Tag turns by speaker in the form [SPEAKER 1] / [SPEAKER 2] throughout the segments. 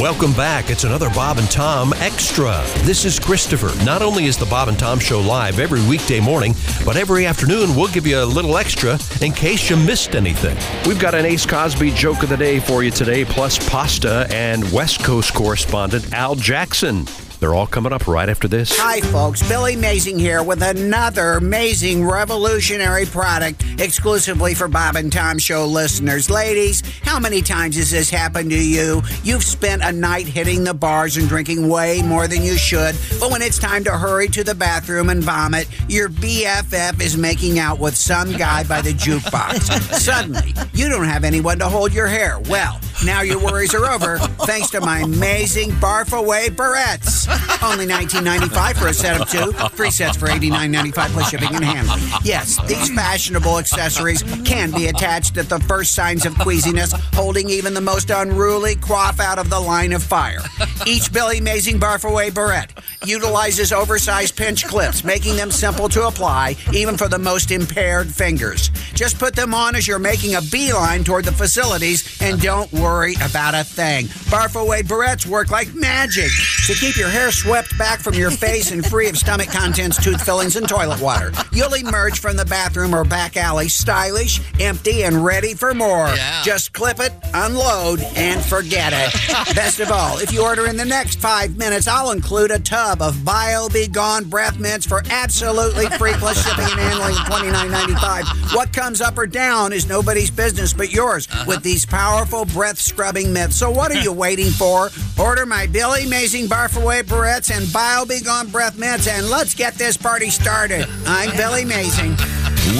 [SPEAKER 1] Welcome back. It's another Bob and Tom Extra. This is Christopher. Not only is the Bob and Tom Show live every weekday morning, but every afternoon we'll give you a little extra in case you missed anything.
[SPEAKER 2] We've got an Ace Cosby joke of the day for you today, plus pasta and West Coast correspondent Al Jackson. They're all coming up right after this.
[SPEAKER 3] Hi, folks. Billy Mazing here with another amazing revolutionary product exclusively for Bob and Tom Show listeners. Ladies, how many times has this happened to you? You've spent a night hitting the bars and drinking way more than you should, but when it's time to hurry to the bathroom and vomit, your BFF is making out with some guy by the jukebox. Suddenly, you don't have anyone to hold your hair. Well, now your worries are over thanks to my amazing Barf Away barrettes. Only $19.95 for a set of two. Three sets for $89.95 plus shipping and handling. Yes, these fashionable accessories can be attached at the first signs of queasiness, holding even the most unruly quaff out of the line of fire. Each Billy Mazing Barfaway barrette utilizes oversized pinch clips, making them simple to apply, even for the most impaired fingers. Just put them on as you're making a beeline toward the facilities, and don't worry about a thing. Barfaway barrettes work like magic to keep your hair swept back from your face and free of stomach contents, tooth fillings, and toilet water. You'll emerge from the bathroom or back alley stylish, empty, and ready for more. Just clip it, unload, and forget it. Best of all, if you order in the next five minutes, I'll include a tub of Bio Be Gone breath mints for absolutely free plus shipping and handling twenty nine ninety five. What comes up or down is nobody's business but yours with these powerful breath scrubbing mitts. So what are you waiting for? Order my Billy Mazing Barfaway barrettes and Bio Be Gone breath mints, and let's get this party started. I'm Billy Mazing.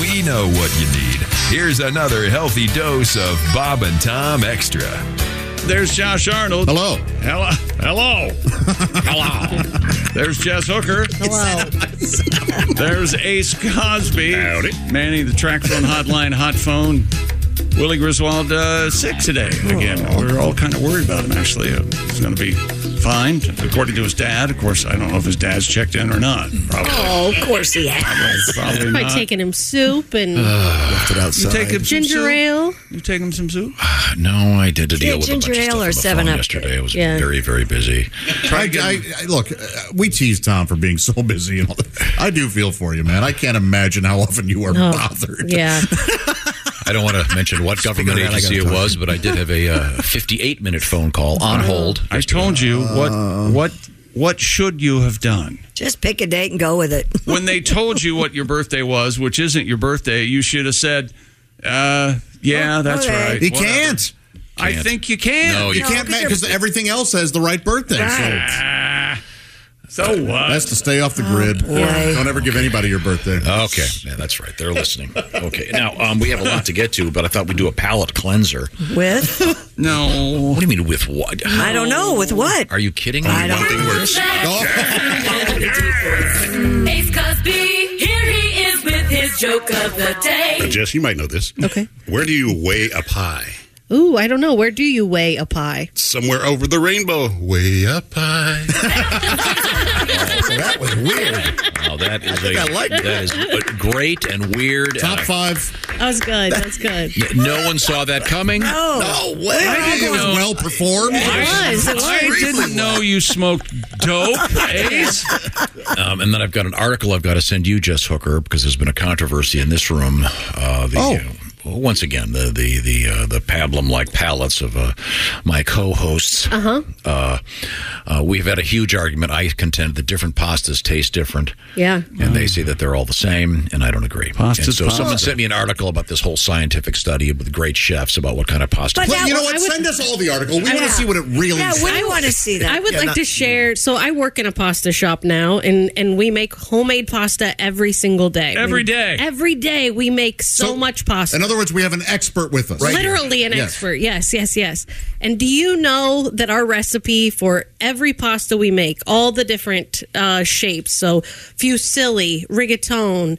[SPEAKER 4] We know what you need. Here's another healthy dose of Bob and Tom Extra.
[SPEAKER 5] There's Josh Arnold.
[SPEAKER 6] Hello.
[SPEAKER 5] Hello. Hello. Hello. There's Jess Hooker. Hello. There's Ace Cosby. Howdy. Manny, the track phone hotline, hot phone. Willie Griswold uh, sick today again. We are all kind of worried about him. Actually, uh, he's going to be fine, according to his dad. Of course, I don't know if his dad's checked in or not. Probably.
[SPEAKER 7] Oh, of course he has.
[SPEAKER 5] Probably
[SPEAKER 7] By
[SPEAKER 5] not. Uh,
[SPEAKER 7] taking him soup and
[SPEAKER 6] Left it
[SPEAKER 5] you
[SPEAKER 6] outside.
[SPEAKER 5] take
[SPEAKER 8] Uh,
[SPEAKER 5] him some
[SPEAKER 7] ginger
[SPEAKER 5] soup?
[SPEAKER 7] ale.
[SPEAKER 5] You take him some soup?
[SPEAKER 6] no, I did a deal
[SPEAKER 7] Yeah,
[SPEAKER 6] with a bunch
[SPEAKER 7] ginger
[SPEAKER 6] of stuff
[SPEAKER 7] ale
[SPEAKER 6] on
[SPEAKER 7] or
[SPEAKER 6] the
[SPEAKER 7] 7
[SPEAKER 6] phone
[SPEAKER 7] Up.
[SPEAKER 6] yesterday. I was
[SPEAKER 7] Yeah.
[SPEAKER 6] very, very busy. I, I, I, look, uh, we tease Tom for being so busy and all that. I do feel for you, man. I can't imagine how often you are bothered.
[SPEAKER 7] Yeah.
[SPEAKER 8] I don't want to mention what government
[SPEAKER 6] of that, I
[SPEAKER 8] agency it
[SPEAKER 6] gotta talk.
[SPEAKER 8] was, but I did have a uh, 58 minute phone call on hold.
[SPEAKER 5] I told you what what what should you have done.
[SPEAKER 9] Just pick a date and go with it.
[SPEAKER 5] when they told you what your birthday was, which isn't your birthday, you should have said, uh, "Yeah, that's
[SPEAKER 9] okay.
[SPEAKER 5] right."
[SPEAKER 6] He
[SPEAKER 5] whatever.
[SPEAKER 6] can't.
[SPEAKER 5] I
[SPEAKER 8] Can't.
[SPEAKER 5] think you can.
[SPEAKER 8] No,
[SPEAKER 6] You
[SPEAKER 8] you
[SPEAKER 6] can't because everything else has the right birthday. So
[SPEAKER 5] So what?
[SPEAKER 6] that's to stay off the
[SPEAKER 7] Oh,
[SPEAKER 6] grid.
[SPEAKER 9] boy.
[SPEAKER 6] Don't ever give anybody your birthday.
[SPEAKER 8] Okay, yeah, that's right. They're listening. Okay, now um, we have a lot to get to, but I thought we'd do a palate cleanser.
[SPEAKER 9] With?
[SPEAKER 5] no.
[SPEAKER 8] What do you mean with what?
[SPEAKER 9] I don't know. With what?
[SPEAKER 8] Are you kidding me?
[SPEAKER 9] I don't
[SPEAKER 8] Nothing
[SPEAKER 9] know.
[SPEAKER 8] works.
[SPEAKER 10] Ace Cosby, here he is with his joke of the day.
[SPEAKER 11] Uh, Jess, you might know this.
[SPEAKER 7] Okay.
[SPEAKER 11] Where do you weigh a pie?
[SPEAKER 7] Ooh, I don't know. Where do you weigh a pie?
[SPEAKER 11] Somewhere over the rainbow. Way up high.
[SPEAKER 6] that was weird.
[SPEAKER 8] Wow, that is a,
[SPEAKER 6] I like
[SPEAKER 8] that is uh, great and weird. and
[SPEAKER 6] Top
[SPEAKER 8] I-
[SPEAKER 6] five.
[SPEAKER 7] That was good. That was good.
[SPEAKER 8] Yeah, no one saw that coming.
[SPEAKER 6] Oh, no way. I think it was
[SPEAKER 5] know.
[SPEAKER 6] well performed.
[SPEAKER 7] It was. It
[SPEAKER 5] I
[SPEAKER 7] was.
[SPEAKER 5] didn't know you smoked dope, Ace.
[SPEAKER 8] Um, and then I've got an article I've got to send you, Jess Hooker, because there's been a controversy in this room. Uh, the,
[SPEAKER 6] Oh.
[SPEAKER 8] uh, once again, the the the uh, the pablum-like palates of uh, my co-hosts. Uh-huh. Uh uh, We've had a huge argument. I contend that different pastas taste different,
[SPEAKER 7] Yeah.
[SPEAKER 8] and they say that they're all the same, and I don't agree. and
[SPEAKER 5] Pasta's
[SPEAKER 8] so someone
[SPEAKER 5] pasta.
[SPEAKER 8] sent me an article about this whole scientific study with great chefs about what kind of pasta.
[SPEAKER 9] But-
[SPEAKER 6] Well, you know what?
[SPEAKER 7] I would-
[SPEAKER 6] Send us all the article. We want to see what it really
[SPEAKER 9] Yeah,
[SPEAKER 6] is.
[SPEAKER 9] we want to see that.
[SPEAKER 7] I would like to share. So I work in a pasta shop now, and and we make homemade pasta every single day.
[SPEAKER 5] Every
[SPEAKER 7] We-
[SPEAKER 5] day.
[SPEAKER 7] Every day we make so, much pasta.
[SPEAKER 6] In other words, we have an expert with us.
[SPEAKER 7] Literally an
[SPEAKER 6] Yes.
[SPEAKER 7] expert. Yes, yes, yes. And do you know that our recipe for every pasta we make, all the different uh, shapes, so fusilli, rigatone,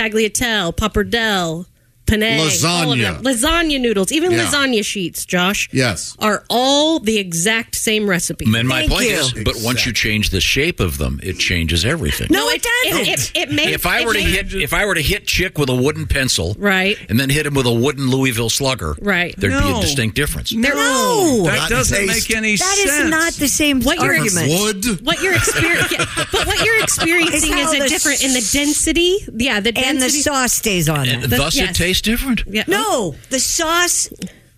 [SPEAKER 7] tagliatelle, pappardelle, penne, all of them,
[SPEAKER 6] Lasagna.
[SPEAKER 7] lasagna noodles, even
[SPEAKER 8] Yeah.
[SPEAKER 7] lasagna sheets, Josh,
[SPEAKER 8] Yes.
[SPEAKER 7] are all the exact same recipe.
[SPEAKER 8] And my point is, but once you change the shape of them, it changes everything.
[SPEAKER 7] No, it doesn't. It, it, it may-
[SPEAKER 8] if I
[SPEAKER 7] it
[SPEAKER 8] were to
[SPEAKER 7] may-
[SPEAKER 8] hit, if I were to hit chick with a wooden pencil,
[SPEAKER 7] Right.
[SPEAKER 8] and then hit him with a wooden Louisville Slugger,
[SPEAKER 7] Right.
[SPEAKER 8] there'd be
[SPEAKER 7] No.
[SPEAKER 8] a distinct difference.
[SPEAKER 9] No,
[SPEAKER 8] That doesn't make any
[SPEAKER 9] That is
[SPEAKER 8] sense.
[SPEAKER 9] not the same
[SPEAKER 7] What you're-
[SPEAKER 9] argument.
[SPEAKER 7] Wood. What you're experiencing, but what you're experiencing
[SPEAKER 9] It's
[SPEAKER 7] is
[SPEAKER 9] how
[SPEAKER 7] a
[SPEAKER 9] the
[SPEAKER 7] different in the density. Yeah, the
[SPEAKER 9] and
[SPEAKER 7] density.
[SPEAKER 9] the sauce stays on it.
[SPEAKER 8] And thus, it tastes different.
[SPEAKER 7] Yeah.
[SPEAKER 9] No, the sauce.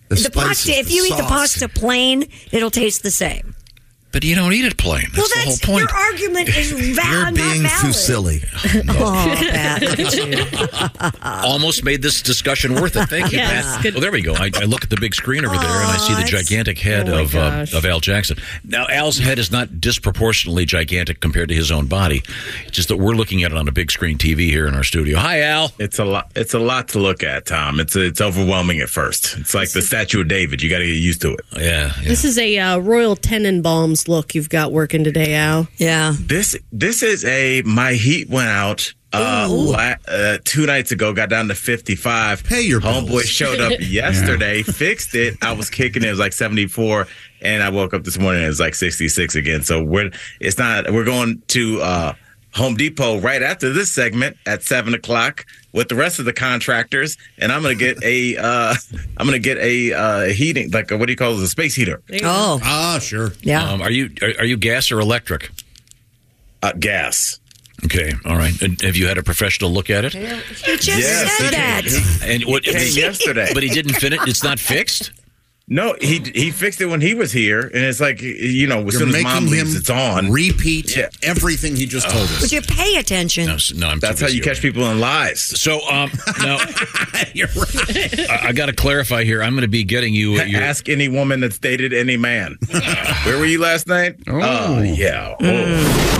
[SPEAKER 9] The,
[SPEAKER 8] spices,
[SPEAKER 9] pasta. If you
[SPEAKER 8] the
[SPEAKER 9] eat the
[SPEAKER 8] sauce.
[SPEAKER 9] pasta plain, it'll taste the same.
[SPEAKER 8] But you don't eat it plain. That's the whole point.
[SPEAKER 9] your argument is val-
[SPEAKER 8] You're
[SPEAKER 9] not
[SPEAKER 8] being
[SPEAKER 9] valid.
[SPEAKER 8] fusilli.
[SPEAKER 9] Oh, Pat, look at you.
[SPEAKER 8] Almost made this discussion worth it. Thank you,
[SPEAKER 9] Yes,
[SPEAKER 8] Pat. Well, there we go. I, I look at the big screen over there and I see the gigantic head
[SPEAKER 12] Oh, my
[SPEAKER 8] of uh,
[SPEAKER 12] gosh.
[SPEAKER 8] of Al Jackson. Now, Al's head is not disproportionately gigantic compared to his own body. It's just that we're looking at it on a big screen TV here in our studio. Hi, Al.
[SPEAKER 13] It's a lot. It's a lot to look at, Tom. It's it's overwhelming at first. It's like the Statue of David. You got to get used to it.
[SPEAKER 8] Yeah.
[SPEAKER 7] This is a uh, Royal Tenenbaums look you've got working today, Al.
[SPEAKER 9] Yeah.
[SPEAKER 13] This this is a my heat went out. Uh, la- uh, two nights ago, got down to fifty-five. Pay your homeboy
[SPEAKER 6] bills.
[SPEAKER 13] showed up
[SPEAKER 6] Yeah.
[SPEAKER 13] yesterday, fixed it. I was kicking it. It was like seventy-four, and I woke up this morning and it was like sixty-six again. So we're it's not. We're going to uh, Home Depot right after this segment at seven o'clock with the rest of the contractors, and I'm gonna get a uh, I'm gonna get a uh, heating like a, what do you call it? A space heater.
[SPEAKER 9] Oh.
[SPEAKER 8] Ah, sure.
[SPEAKER 9] Yeah.
[SPEAKER 8] Um, are you are, are you gas or electric?
[SPEAKER 13] Uh, gas.
[SPEAKER 8] Okay. All right. And have you had a professional look at it?
[SPEAKER 9] You just said that.
[SPEAKER 8] And what
[SPEAKER 13] It came yesterday.
[SPEAKER 8] But he didn't finish. It's not fixed.
[SPEAKER 13] No, he he fixed it when he was here, and it's like you know, as
[SPEAKER 6] You're
[SPEAKER 13] soon as mom
[SPEAKER 6] making
[SPEAKER 13] leaves,
[SPEAKER 6] him
[SPEAKER 13] it's on.
[SPEAKER 6] Repeat everything he just told us.
[SPEAKER 9] Would you pay attention?
[SPEAKER 8] No, no I'm
[SPEAKER 13] That's how you catch people in lies.
[SPEAKER 8] So, um, no, you're right. I, I got to clarify here. I'm going to be getting you. Your,
[SPEAKER 13] Ask any woman that's dated any man. Where were you last night? Oh, yeah.
[SPEAKER 8] Mm.
[SPEAKER 13] Oh.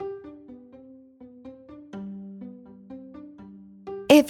[SPEAKER 14] If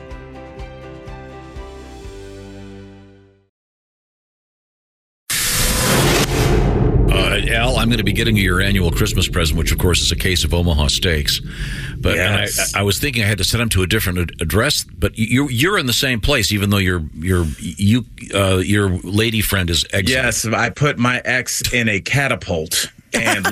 [SPEAKER 8] Uh, Al, I'm going to be getting you your annual Christmas present, which of course is a case of Omaha steaks. But and I, I was thinking I had to send them to a different ad- address. But you, you're in the same place, even though your your you uh, your lady friend is exiled.
[SPEAKER 13] Yes, I put my ex in a catapult and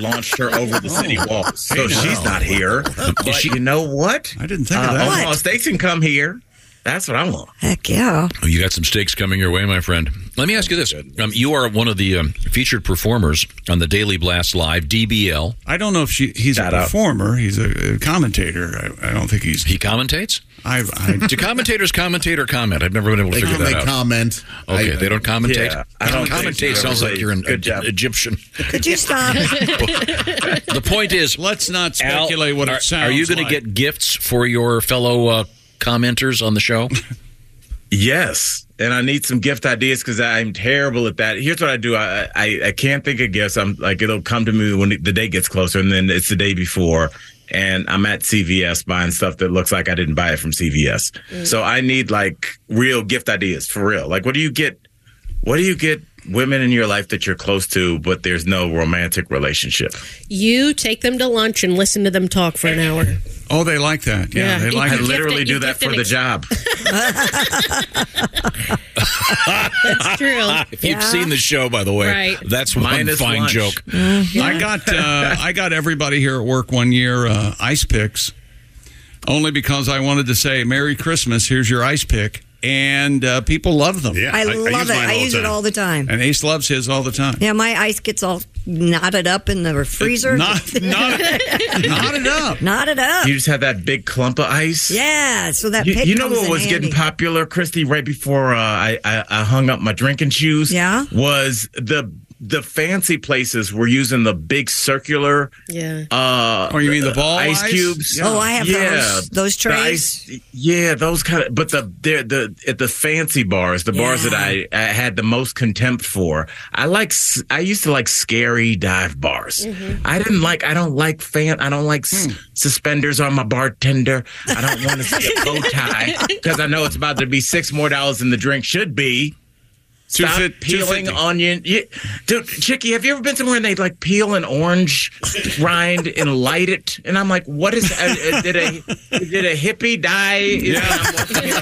[SPEAKER 13] launched her over the city
[SPEAKER 8] Oh.
[SPEAKER 13] wall. So
[SPEAKER 8] Hey, now.
[SPEAKER 13] she's not here. But you know what? Uh, I didn't think
[SPEAKER 8] of that.
[SPEAKER 13] Omaha Steaks can come here. That's what I want.
[SPEAKER 9] Heck yeah.
[SPEAKER 8] Oh, You got some stakes coming your way, my friend. Let me ask you this: um, You are one of the um, featured performers on the Daily Blast Live DBL.
[SPEAKER 5] I don't know if she, he's
[SPEAKER 8] Shout
[SPEAKER 5] a
[SPEAKER 8] out.
[SPEAKER 5] performer. He's a, a commentator. I, I don't think he's.
[SPEAKER 8] He commentates?
[SPEAKER 5] I, I
[SPEAKER 8] Do commentators commentate or comment? I've never been able to
[SPEAKER 5] They
[SPEAKER 8] figure
[SPEAKER 5] com-
[SPEAKER 8] that
[SPEAKER 5] they
[SPEAKER 8] out.
[SPEAKER 5] comment.
[SPEAKER 8] Okay,
[SPEAKER 5] I-
[SPEAKER 8] they don't commentate.
[SPEAKER 5] Yeah, I don't think
[SPEAKER 8] commentate.
[SPEAKER 5] so.
[SPEAKER 8] Sounds like you're an
[SPEAKER 5] Good job.
[SPEAKER 8] Egyptian.
[SPEAKER 9] Could you stop?
[SPEAKER 8] The point is,
[SPEAKER 5] let's not
[SPEAKER 8] Al,
[SPEAKER 5] speculate what
[SPEAKER 8] are,
[SPEAKER 5] it sounds
[SPEAKER 8] Are you to
[SPEAKER 5] like.
[SPEAKER 8] get gifts for your fellow uh, commenters on the show?
[SPEAKER 13] Yes, and I need some gift ideas because I'm terrible at that. Here's what I do: I, I I can't think of gifts. I'm like it'll come to me when the day gets closer, and then it's the day before, and I'm at CVS buying stuff that looks like I didn't buy it from CVS.
[SPEAKER 7] Mm.
[SPEAKER 13] So I need like real gift ideas for real. Like, what do you get? What do you get? Women in your life that you're close to, but there's no romantic relationship.
[SPEAKER 7] You take them to lunch and listen to them talk for an hour.
[SPEAKER 5] Oh, they like that.
[SPEAKER 7] Yeah, you
[SPEAKER 13] I
[SPEAKER 7] gift it-
[SPEAKER 13] literally
[SPEAKER 7] you
[SPEAKER 13] do that
[SPEAKER 7] gift
[SPEAKER 13] for
[SPEAKER 7] an
[SPEAKER 13] the
[SPEAKER 7] ex-
[SPEAKER 13] job.
[SPEAKER 7] That's true.
[SPEAKER 8] if you've seen the show, by the way,
[SPEAKER 7] Right.
[SPEAKER 8] that's one
[SPEAKER 5] Minus
[SPEAKER 8] fine
[SPEAKER 5] lunch.
[SPEAKER 8] joke.
[SPEAKER 15] Mm-hmm.
[SPEAKER 5] I got uh, I got everybody here at work one year uh, ice picks, only because I wanted to say Merry Christmas. Here's your ice pick, and uh, people love them.
[SPEAKER 11] Yeah,
[SPEAKER 15] I, love it. I use it all the time.
[SPEAKER 5] And Ace loves his all the time.
[SPEAKER 15] Yeah, my ice gets all knotted up in the freezer.
[SPEAKER 5] Knot- knot- knotted up.
[SPEAKER 15] Knotted up.
[SPEAKER 13] You just have that big clump of ice.
[SPEAKER 15] Yeah, so that
[SPEAKER 13] you,
[SPEAKER 15] pick
[SPEAKER 13] you know
[SPEAKER 15] comes
[SPEAKER 13] what
[SPEAKER 15] in
[SPEAKER 13] was
[SPEAKER 15] handy.
[SPEAKER 13] getting popular, Christy, right before uh, I, I I hung up my drinking shoes.
[SPEAKER 15] Yeah?
[SPEAKER 13] was the the fancy places were using the big circular.
[SPEAKER 7] Yeah.
[SPEAKER 13] Uh,
[SPEAKER 5] or Oh, you mean the ball
[SPEAKER 13] ice,
[SPEAKER 5] ice?
[SPEAKER 13] cubes?
[SPEAKER 5] Yeah. Oh, I have those- those
[SPEAKER 13] The ice- yeah, those kind of. But the they're the at the fancy bars, the bars that I, I had the most contempt for. I like. s- I used to like scary dive bars. I didn't like. I don't like fan. I don't like s-
[SPEAKER 5] Hmm.
[SPEAKER 13] suspenders on my bartender. I don't want to see a bow tie because I know it's about to be six more dollars than the drink should be.
[SPEAKER 5] Two
[SPEAKER 13] Stop
[SPEAKER 5] fif- two
[SPEAKER 13] peeling
[SPEAKER 5] fifty.
[SPEAKER 13] onion. Yeah. Dude, Chicky, have you ever been somewhere and they like peel an orange rind and light it? And I'm like, what is uh, uh, did a did a hippie die? Is- I'm walking in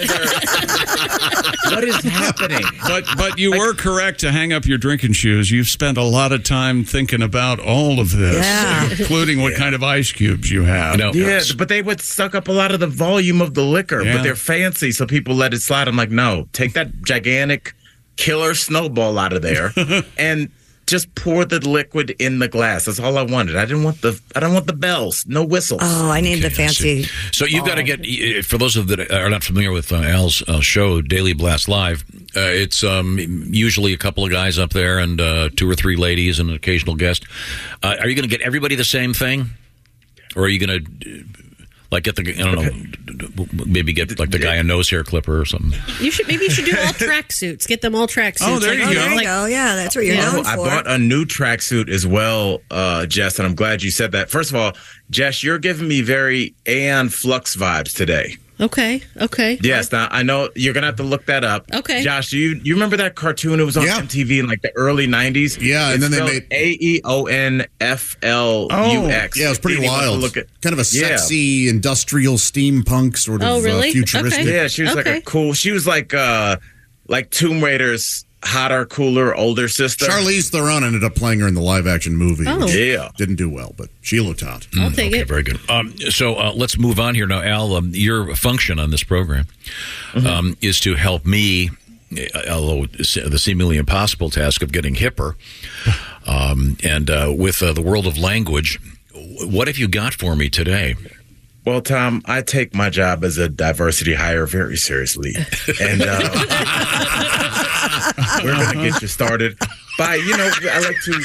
[SPEAKER 13] there. what is happening?
[SPEAKER 5] But but you were correct to hang up your drinking shoes. You've spent a lot of time thinking about all of this,
[SPEAKER 13] Yeah.
[SPEAKER 5] including what kind of ice cubes you have.
[SPEAKER 13] yeah, but they would suck up a lot of the volume of the liquor,
[SPEAKER 5] Yeah.
[SPEAKER 13] but they're fancy, so people let it slide. I'm like, no, take that gigantic killer snowball out of there and just pour the liquid in the glass. That's all I wanted. I didn't want the I don't want the bells, no whistles.
[SPEAKER 15] Oh, I need the fancy.
[SPEAKER 8] So you've
[SPEAKER 5] Um,
[SPEAKER 8] got to get eh, for those of that are not familiar with uh, Al's uh, show, Daily Blast Live. Uh, it's um, usually a couple of guys up there and uh, two or three ladies and an occasional guest. Uh, are you going to get everybody the same thing, or are you going to like get the I don't know maybe get like the guy a nose hair clipper or something?
[SPEAKER 7] You should maybe you should do all tracksuits. Get them all tracksuits.
[SPEAKER 13] Oh, there you go.
[SPEAKER 15] There you go. Yeah, that's what you're
[SPEAKER 13] Oh,
[SPEAKER 15] known
[SPEAKER 13] I
[SPEAKER 15] for.
[SPEAKER 13] bought a new tracksuit as well, uh, Jess, and I'm glad you said that. First of all, Jess, you're giving me very Aeon Flux vibes today.
[SPEAKER 7] Okay. Okay.
[SPEAKER 13] Yes, now I know you're gonna have to look that up.
[SPEAKER 7] Okay.
[SPEAKER 13] Josh, do you you remember that cartoon? It was on MTV in like the early '90s. Yeah,
[SPEAKER 6] and then they made- Oh,
[SPEAKER 13] A E O N F L U X.
[SPEAKER 6] yeah, it was pretty wild.
[SPEAKER 13] Look at
[SPEAKER 6] kind of a
[SPEAKER 13] Yeah.
[SPEAKER 6] sexy industrial steampunk sort
[SPEAKER 7] Oh,
[SPEAKER 6] of uh, futuristic.
[SPEAKER 13] Yeah, she was like a cool. She was like uh like Tomb Raider's hotter, cooler, older sister.
[SPEAKER 6] Charlize Theron ended up playing her in the live action movie.
[SPEAKER 7] Oh.
[SPEAKER 6] which
[SPEAKER 13] Yeah.
[SPEAKER 6] didn't do well, but she looked hot.
[SPEAKER 7] I'll take it.
[SPEAKER 8] Mm, Very good. Um, so uh, let's move on here now, Al. Um, your function on this program
[SPEAKER 7] Mm-hmm.
[SPEAKER 8] um, is to help me, uh, although it's the seemingly impossible task of getting hipper, um, and uh, with uh, the world of language. What have you got for me today?
[SPEAKER 13] Well, Tom, I take my job as a diversity hire very seriously, and uh, we're gonna get you started by you know I like to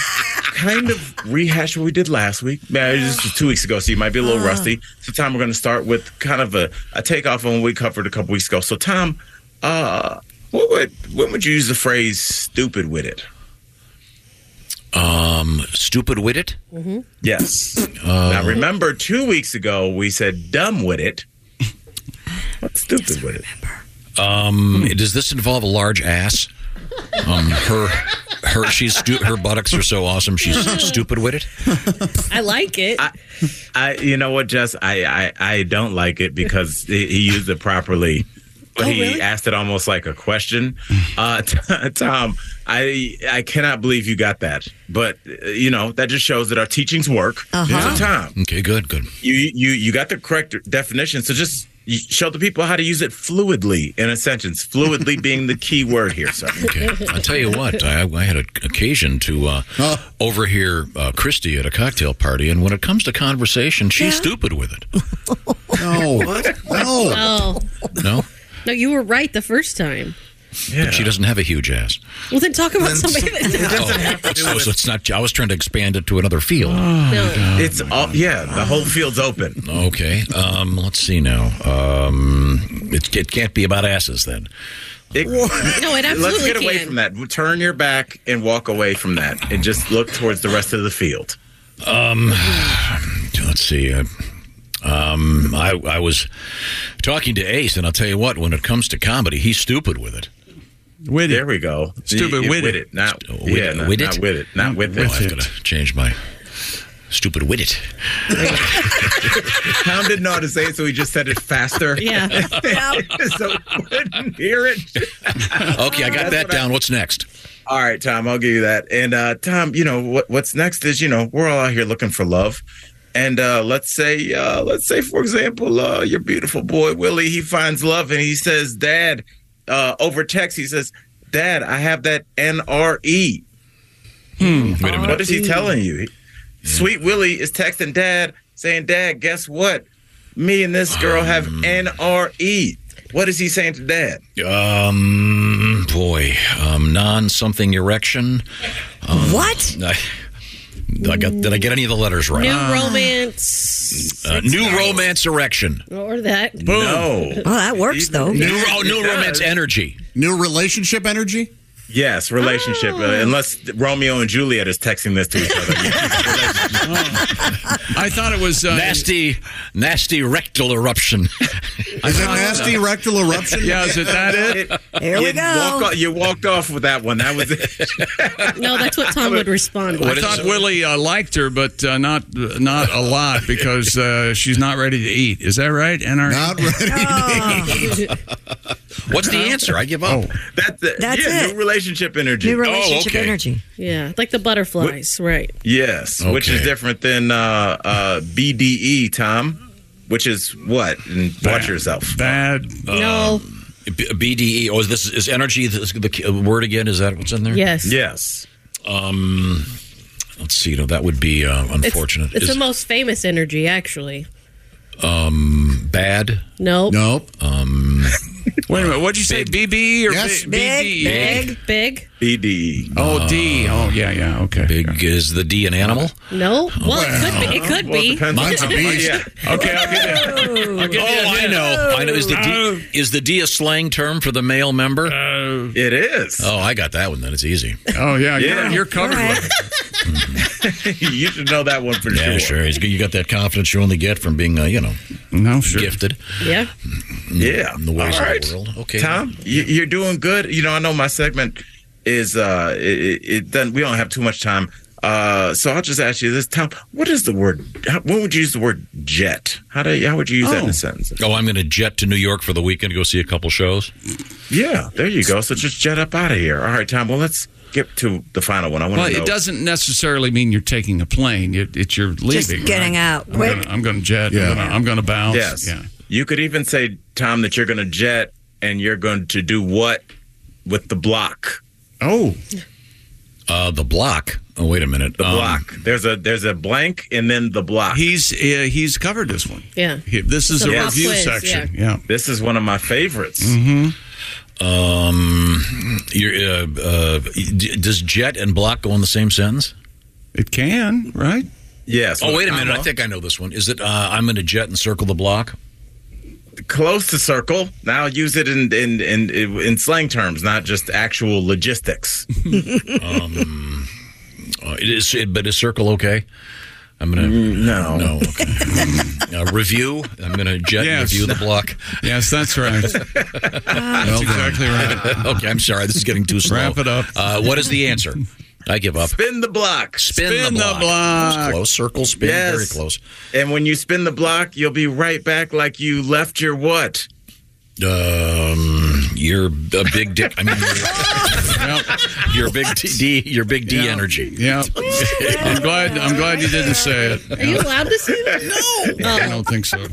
[SPEAKER 13] kind of rehash what we did last week. Man, it was just two weeks ago, so you might be a little
[SPEAKER 8] Uh-huh.
[SPEAKER 12] Ah.
[SPEAKER 13] rusty. So, Tom, we're gonna start with kind of a, a takeoff on what we covered a couple weeks ago. So, Tom, uh, what would when would you use the phrase "stupid with it"?
[SPEAKER 8] Um, stupid with it.
[SPEAKER 7] Mm-hmm.
[SPEAKER 8] Uh,
[SPEAKER 13] Yes. now remember, two weeks ago we said "dumb with it." What's stupid with it?
[SPEAKER 8] Um,
[SPEAKER 7] Hmm.
[SPEAKER 8] does this involve a large ass? Um, her, her, she's stu- her buttocks are so awesome. She's stupid with it.
[SPEAKER 7] I like it.
[SPEAKER 13] I, you know what, Jess, I, I, I don't like it because he, he used it properly. But
[SPEAKER 7] Oh,
[SPEAKER 13] he
[SPEAKER 7] really?
[SPEAKER 13] asked it almost like a question. Uh, t- Tom, I, I cannot believe you got that. But uh, you know that just shows that our teachings work.
[SPEAKER 8] Uh-huh.
[SPEAKER 13] So, Tom,
[SPEAKER 8] Okay, good, good.
[SPEAKER 13] you, you, you got the correct definition. So just you show the people how to use it fluidly in a sentence. Fluidly being the key word here, sir.
[SPEAKER 8] Okay. I tell you what, uh, I, I had an occasion to uh, overhear uh, Christy at a cocktail party, and when it comes to conversation, she's stupid with it.
[SPEAKER 6] No.
[SPEAKER 7] No.
[SPEAKER 8] No,
[SPEAKER 7] Oh. No, you were right the first time.
[SPEAKER 8] but she doesn't have a huge ass.
[SPEAKER 7] Well, then talk about somebody
[SPEAKER 8] Oh,
[SPEAKER 7] that
[SPEAKER 8] so, so it's not. I was trying to expand it to another field.
[SPEAKER 13] Oh,
[SPEAKER 8] Oh,
[SPEAKER 13] it's all, yeah, the whole field's open.
[SPEAKER 8] Okay. Um, let's see now. Um, it, it can't be about asses then.
[SPEAKER 13] It,
[SPEAKER 7] No, it
[SPEAKER 13] Let's
[SPEAKER 7] absolutely
[SPEAKER 13] get away
[SPEAKER 7] can.
[SPEAKER 13] from that. Turn your back and walk away from that, and just look towards the rest of the field.
[SPEAKER 8] Um, let's see. Uh, um, I I was talking to Ace, and I'll tell you what. When it comes to comedy, he's stupid with it.
[SPEAKER 13] With it. There we go.
[SPEAKER 8] Stupid
[SPEAKER 13] Y-
[SPEAKER 8] with it.
[SPEAKER 13] Not,
[SPEAKER 8] St- with
[SPEAKER 13] yeah,
[SPEAKER 8] it.
[SPEAKER 13] not,
[SPEAKER 8] With it?
[SPEAKER 13] not with it. Not with
[SPEAKER 8] Well,
[SPEAKER 13] it.
[SPEAKER 8] I've got to change my stupid with it.
[SPEAKER 13] Tom didn't know how to say it, so he just said it faster.
[SPEAKER 7] Yeah.
[SPEAKER 13] so we didn't hear it.
[SPEAKER 8] okay, I got that down. What's next?
[SPEAKER 13] All right, Tom, I'll give you that. And uh, Tom, you know what? What's next is you know we're all out here looking for love, and uh, let's say uh, let's say for example uh, your beautiful boy Willie he finds love and he says, Dad, uh, over text he says, Dad, I have that NRE.
[SPEAKER 8] Hmm. Wait a minute.
[SPEAKER 13] What is he telling you? He- Sweet Willie is texting Dad saying, Dad, guess what? Me and this girl have NRE. What is he saying to Dad?
[SPEAKER 8] Um, boy, um, non something erection. Um,
[SPEAKER 9] what?
[SPEAKER 8] I, I got, did I get any of the letters
[SPEAKER 7] was
[SPEAKER 8] right?
[SPEAKER 7] new
[SPEAKER 8] Uh,
[SPEAKER 7] romance
[SPEAKER 8] uh, new romance erection.
[SPEAKER 7] or that.
[SPEAKER 8] No.
[SPEAKER 15] Well, that works though.
[SPEAKER 8] New, oh, new romance energy.
[SPEAKER 13] New relationship energy? Yes, relationship.
[SPEAKER 8] Oh.
[SPEAKER 13] Uh, unless Romeo and Juliet is texting this to each other.
[SPEAKER 8] I thought it was uh, nasty, nasty rectal eruption.
[SPEAKER 6] Is it nasty rectal eruption?
[SPEAKER 13] you Walk off, you walked off with that one. That was it.
[SPEAKER 7] No, that's what Tom would respond with.
[SPEAKER 16] I thought Willie uh, liked her, but uh, not not a lot because uh, she's not ready to eat. Is that right? NRE?
[SPEAKER 6] Not ready.
[SPEAKER 8] What's the answer? I give up.
[SPEAKER 13] That's it.
[SPEAKER 7] That's
[SPEAKER 13] yeah,
[SPEAKER 7] it.
[SPEAKER 13] New relationship energy. Oh,
[SPEAKER 7] Yeah, like the butterflies, right?
[SPEAKER 13] Yes, which is
[SPEAKER 8] Okay.
[SPEAKER 13] different than uh, uh, BDE, Tom. Which is what? And watch yourself.
[SPEAKER 16] Bad.
[SPEAKER 7] No.
[SPEAKER 8] Uh, B- BDE. Oh, is this is energy the, the key- uh, word again? Is that what's in there?
[SPEAKER 7] Yes.
[SPEAKER 13] Yes.
[SPEAKER 8] Um, let's see. No, that would be uh,
[SPEAKER 7] It's-
[SPEAKER 8] unfortunate.
[SPEAKER 7] It's,
[SPEAKER 8] Is-
[SPEAKER 7] the most famous energy, actually.
[SPEAKER 8] um, bad.
[SPEAKER 7] No.
[SPEAKER 6] Nope.
[SPEAKER 8] Um,
[SPEAKER 16] Wait a minute. What'd you say? BB or B- E? BD?
[SPEAKER 7] big, big.
[SPEAKER 13] BDE.
[SPEAKER 16] Oh, D. Oh, yeah, yeah. Okay.
[SPEAKER 8] Big is the D an animal?
[SPEAKER 7] No. Well, it could be. It could
[SPEAKER 8] Well, it
[SPEAKER 7] be.
[SPEAKER 8] depends on Mine's a how- beast. yeah.
[SPEAKER 16] Okay, I'll give you.
[SPEAKER 7] I'll
[SPEAKER 16] give you a
[SPEAKER 8] Oh, I
[SPEAKER 16] hint.
[SPEAKER 8] know. I know. Is the
[SPEAKER 16] Oh.
[SPEAKER 8] D is the D a slang term for the male member?
[SPEAKER 13] it is.
[SPEAKER 8] Oh, I got that one. Then it's easy.
[SPEAKER 16] Uh, Oh yeah,
[SPEAKER 13] Yeah.
[SPEAKER 16] You're, you're covered. with
[SPEAKER 13] you should know that one for
[SPEAKER 8] Yeah,
[SPEAKER 13] sure.
[SPEAKER 8] sure. It's good. You got that confidence you only get from being, uh, you know,
[SPEAKER 16] no,
[SPEAKER 8] gifted.
[SPEAKER 7] Yeah.
[SPEAKER 13] Yeah.
[SPEAKER 8] In the ways
[SPEAKER 13] All
[SPEAKER 8] of the
[SPEAKER 13] right.
[SPEAKER 8] world. Okay.
[SPEAKER 13] Tom, you- you're doing good. You know, I know my segment is uh it, it- it doesn't we don't have too much time. Uh so I'll just ask you this, Tom, what is the word how, when would you use the word jet? How do you, how would you use that in a sentence?
[SPEAKER 8] Oh, I'm going to jet to New York for the weekend to go see a couple shows.
[SPEAKER 13] Yeah, there you go. So just jet up out of here. All right, Tom. Well, let's get to the final one. I want
[SPEAKER 16] Well,
[SPEAKER 13] to know.
[SPEAKER 16] it doesn't necessarily mean you're taking a plane. It, it's you're leaving.
[SPEAKER 13] getting
[SPEAKER 16] right?
[SPEAKER 13] out.
[SPEAKER 16] I'm
[SPEAKER 13] Quick.
[SPEAKER 16] gonna- I'm going to jet. I'm gonna- I'm going to bounce.
[SPEAKER 13] Yes.
[SPEAKER 16] Yeah.
[SPEAKER 13] You could even say, Tom, that you're going to jet and you're going to do what with the block.
[SPEAKER 16] Oh.
[SPEAKER 8] Uh, the block. Oh, wait a minute.
[SPEAKER 13] The
[SPEAKER 8] Um,
[SPEAKER 13] block. There's a there's a blank and then the block.
[SPEAKER 16] He's uh, he's covered this one.
[SPEAKER 7] Yeah.
[SPEAKER 16] He- This is
[SPEAKER 7] It's a
[SPEAKER 16] a
[SPEAKER 7] pop
[SPEAKER 16] review
[SPEAKER 7] quiz,
[SPEAKER 16] section.
[SPEAKER 7] yeah.
[SPEAKER 16] Yeah.
[SPEAKER 13] This is one of my favorites.
[SPEAKER 8] Mm-hmm. Um, you're, uh, uh, d- does jet and block go in the same sentence?
[SPEAKER 16] It can, right?
[SPEAKER 13] Yes. Uh-huh.
[SPEAKER 8] Oh, wait a minute.
[SPEAKER 13] comma.
[SPEAKER 8] I think I know this one. Is it uh, I'm going to jet and circle the block?
[SPEAKER 13] Close to circle. Now use it in in in in slang terms, not just actual logistics.
[SPEAKER 8] um, uh, it is, it, but is circle okay? I'm gonna
[SPEAKER 13] no
[SPEAKER 8] no okay. Mm, uh, review. I'm gonna jet and
[SPEAKER 16] Yes.
[SPEAKER 8] review the block.
[SPEAKER 16] Yes, that's right.
[SPEAKER 8] That's
[SPEAKER 16] exactly right.
[SPEAKER 8] okay, I'm sorry. This is getting too slow.
[SPEAKER 16] Wrap it up.
[SPEAKER 8] Uh, what is the answer? I give up.
[SPEAKER 13] Spin the block.
[SPEAKER 8] Spin,
[SPEAKER 13] Spin
[SPEAKER 8] the
[SPEAKER 13] the
[SPEAKER 8] block.
[SPEAKER 13] block.
[SPEAKER 8] That was Close circle spin.
[SPEAKER 13] Yes.
[SPEAKER 8] Very close.
[SPEAKER 13] And when you spin the block, you'll be right back like you left your what?
[SPEAKER 8] Um, you're a big dick. I mean, you're- Your big D, your big D energy.
[SPEAKER 5] Yeah. I'm glad. I'm glad you didn't say it.
[SPEAKER 7] Are you allowed to say that? Oh,
[SPEAKER 5] No, I don't think so.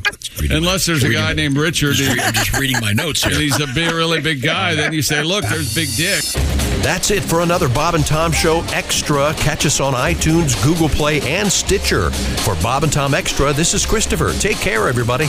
[SPEAKER 5] Unless there's a guy named Richard.
[SPEAKER 8] Just read- I'm just reading my notes here.
[SPEAKER 5] and He's a big, really big guy. Then you say, look, there's Big Dick.
[SPEAKER 1] That's it for another Bob and Tom Show Extra. Catch us on iTunes, Google Play, and Stitcher. For Bob and Tom Extra, this is Christopher. Take care, everybody.